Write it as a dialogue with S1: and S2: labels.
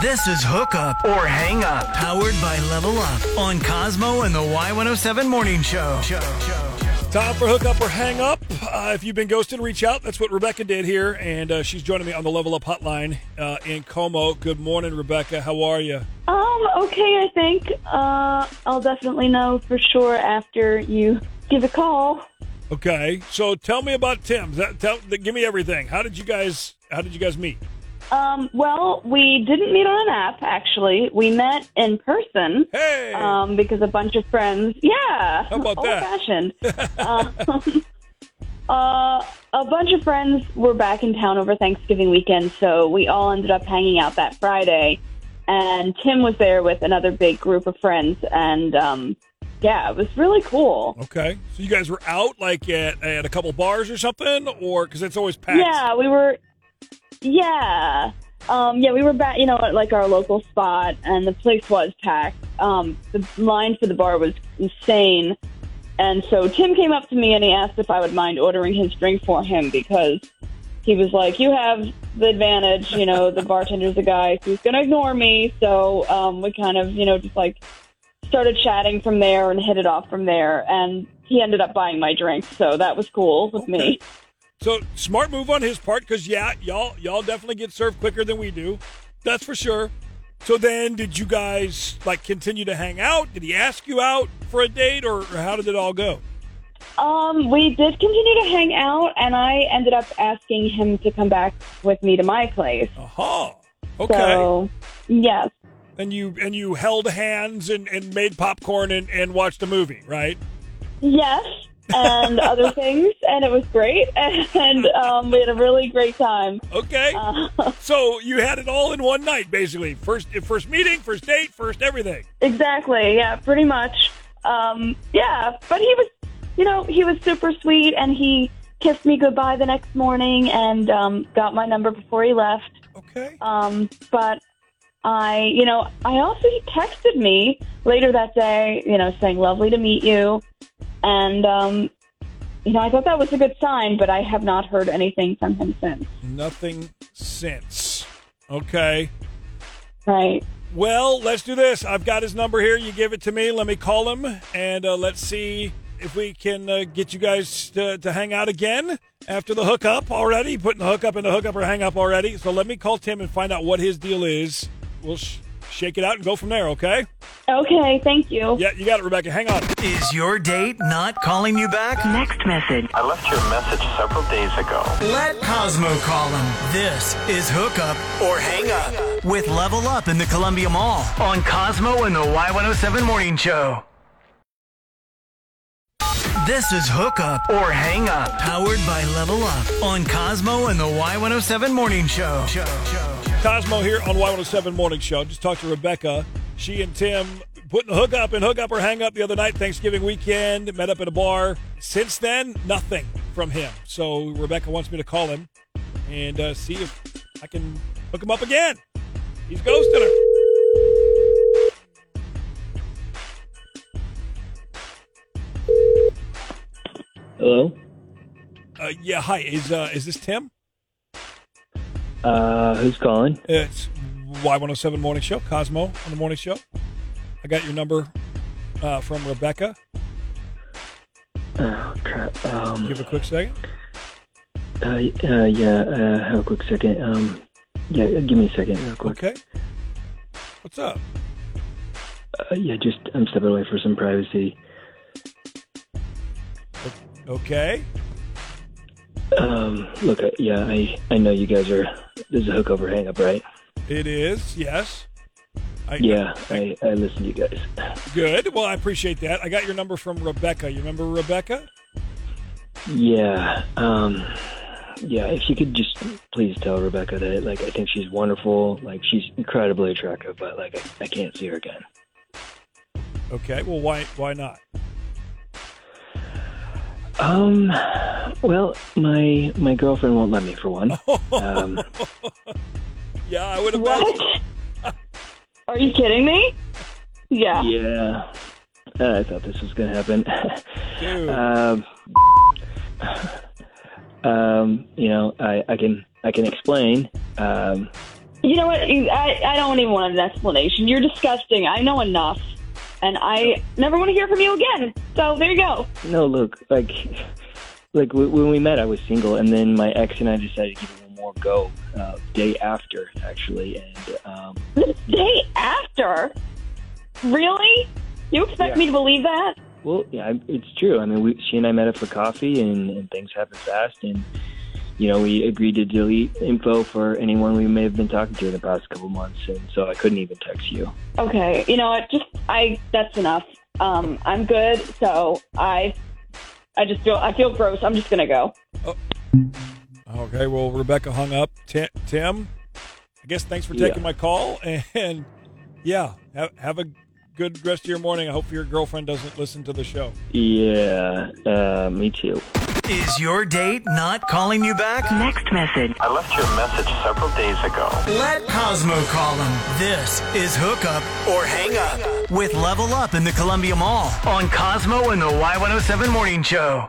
S1: This is Hook Up or Hang Up, powered by Level Up on Cosmo and the Y107 Morning Show. Show, show, show.
S2: Time for hook up or hang up. Uh, if you've been ghosted, reach out. That's what Rebecca did here, and uh, she's joining me on the Level Up Hotline uh, in Como. Good morning, Rebecca. How are you?
S3: Um, okay, I think. Uh, I'll definitely know for sure after you give a call.
S2: Okay, so tell me about Tim. That, tell, th- give me everything. How did you guys? How did you guys meet?
S3: Um, well, we didn't meet on an app, actually. We met in person
S2: Hey,
S3: um, because a bunch of friends, yeah,
S2: How about
S3: old
S2: that?
S3: fashioned. um, uh, a bunch of friends were back in town over Thanksgiving weekend, so we all ended up hanging out that Friday. And Tim was there with another big group of friends, and um, yeah, it was really cool.
S2: okay. So you guys were out like at, at a couple bars or something, or because it's always packed.
S3: Yeah, we were. Yeah, um, yeah, we were back. You know, at like our local spot, and the place was packed. Um, the line for the bar was insane, and so Tim came up to me and he asked if I would mind ordering his drink for him because he was like, "You have the advantage. You know, the bartender's a guy who's going to ignore me." So um, we kind of, you know, just like started chatting from there and hit it off from there, and he ended up buying my drink, so that was cool with me.
S2: So smart move on his part, because yeah, y'all y'all definitely get served quicker than we do. That's for sure. So then, did you guys like continue to hang out? Did he ask you out for a date, or, or how did it all go?
S3: Um, we did continue to hang out, and I ended up asking him to come back with me to my place.
S2: Aha. Uh-huh. Okay.
S3: So, yes,
S2: and you and you held hands and, and made popcorn and, and watched a movie, right?
S3: yes, and other things, and it was great, and um, we had a really great time.
S2: Okay. so you had it all in one night, basically. First first meeting, first date, first everything.
S3: Exactly, yeah, pretty much. Um, yeah, but he was, you know, he was super sweet, and he kissed me goodbye the next morning, and um, got my number before he left.
S2: Okay.
S3: Um, but I, you know, I also he texted me later that day, you know, saying lovely to meet you, and um, you know, I thought that was a good sign, but I have not heard anything from him since.
S2: Nothing since. Okay.
S3: Right?
S2: Well, let's do this. I've got his number here. You give it to me. Let me call him and uh, let's see if we can uh, get you guys to, to hang out again after the hookup already. Putting the hookup in the hookup or hang up already. So let me call Tim and find out what his deal is. We'll sh- shake it out and go from there, okay?
S3: Okay, thank you.
S2: Yeah, you got it, Rebecca. Hang on.
S1: Is your date not calling you back?
S4: Next message.
S5: I left you a message several days ago.
S1: Let Cosmo call him. This is Hook Up or Hang Up with Level Up in the Columbia Mall on Cosmo and the Y107 Morning Show. This is Hook Up or Hang Up, powered by Level Up on Cosmo and the Y107 Morning Show. Show, show, show.
S2: Cosmo here on Y107 Morning Show. Just talked to Rebecca. She and Tim putting the hook up and hook up or hang up the other night, Thanksgiving weekend, met up at a bar. Since then, nothing from him. So Rebecca wants me to call him and uh, see if I can hook him up again. He's ghosted her.
S6: Hello.
S2: Uh, yeah, hi. Is uh, is this Tim?
S6: Uh, who's calling?
S2: It's Y107 Morning Show, Cosmo on the Morning Show. I got your number uh, from Rebecca.
S6: Oh crap. Um.
S2: Give a quick second.
S6: Uh, y- uh, yeah. Uh, have a quick second. Um. Yeah. Give me a second, real quick.
S2: Okay. What's up?
S6: Uh, yeah. Just I'm stepping away for some privacy.
S2: Okay.
S6: Um. Look. I, yeah. I. I know you guys are. This is a hook over hang up, right?
S2: It is, yes. I,
S6: Yeah. I. I listen to you guys.
S2: Good. Well, I appreciate that. I got your number from Rebecca. You remember Rebecca?
S6: Yeah. Um. Yeah. If you could just please tell Rebecca that, like, I think she's wonderful. Like, she's incredibly attractive, but like, I, I can't see her again.
S2: Okay. Well, why why not?
S6: Um, well, my my girlfriend won't let me for one. Um,
S2: Yeah, I would imagine.
S3: What? Are you kidding me? Yeah.
S6: yeah, Uh, I thought this was gonna happen.
S2: Dude.
S6: um, um, you know, I, I can I can explain. Um,
S3: You know what? You- I, I don't even want an explanation. You're disgusting. I know enough. And I never want to hear from you again. So there you go.
S6: No, look, like, like w- when we met, I was single, and then my ex and I decided to give it one more go. Uh, day after, actually, and um,
S3: The day after? Really? You expect
S6: Yeah.
S3: me to believe that?
S6: well, yeah, I- it's true. I mean, we, she and I met up for coffee, and, and things happened fast, and you know, we agreed to delete info for anyone we may have been talking to in the past couple months, and so I couldn't even text you.
S3: Okay, you know what? Just I. That's enough. Um, I'm good. So I, I just feel I feel gross. I'm just gonna go.
S2: Okay, well, Rebecca hung up. Ti- Tim, I guess thanks for taking
S6: Yeah.
S2: my call. And yeah, have, have a good rest of your morning. I hope your girlfriend doesn't listen to the show.
S6: Yeah, uh, me too.
S1: Is your date not calling you back?
S4: Next message.
S5: I left you a message several days ago.
S1: Let Cosmo call him. This is Hookup or Hang Up with Level Up in the Columbia Mall on Cosmo and the Y107 Morning Show.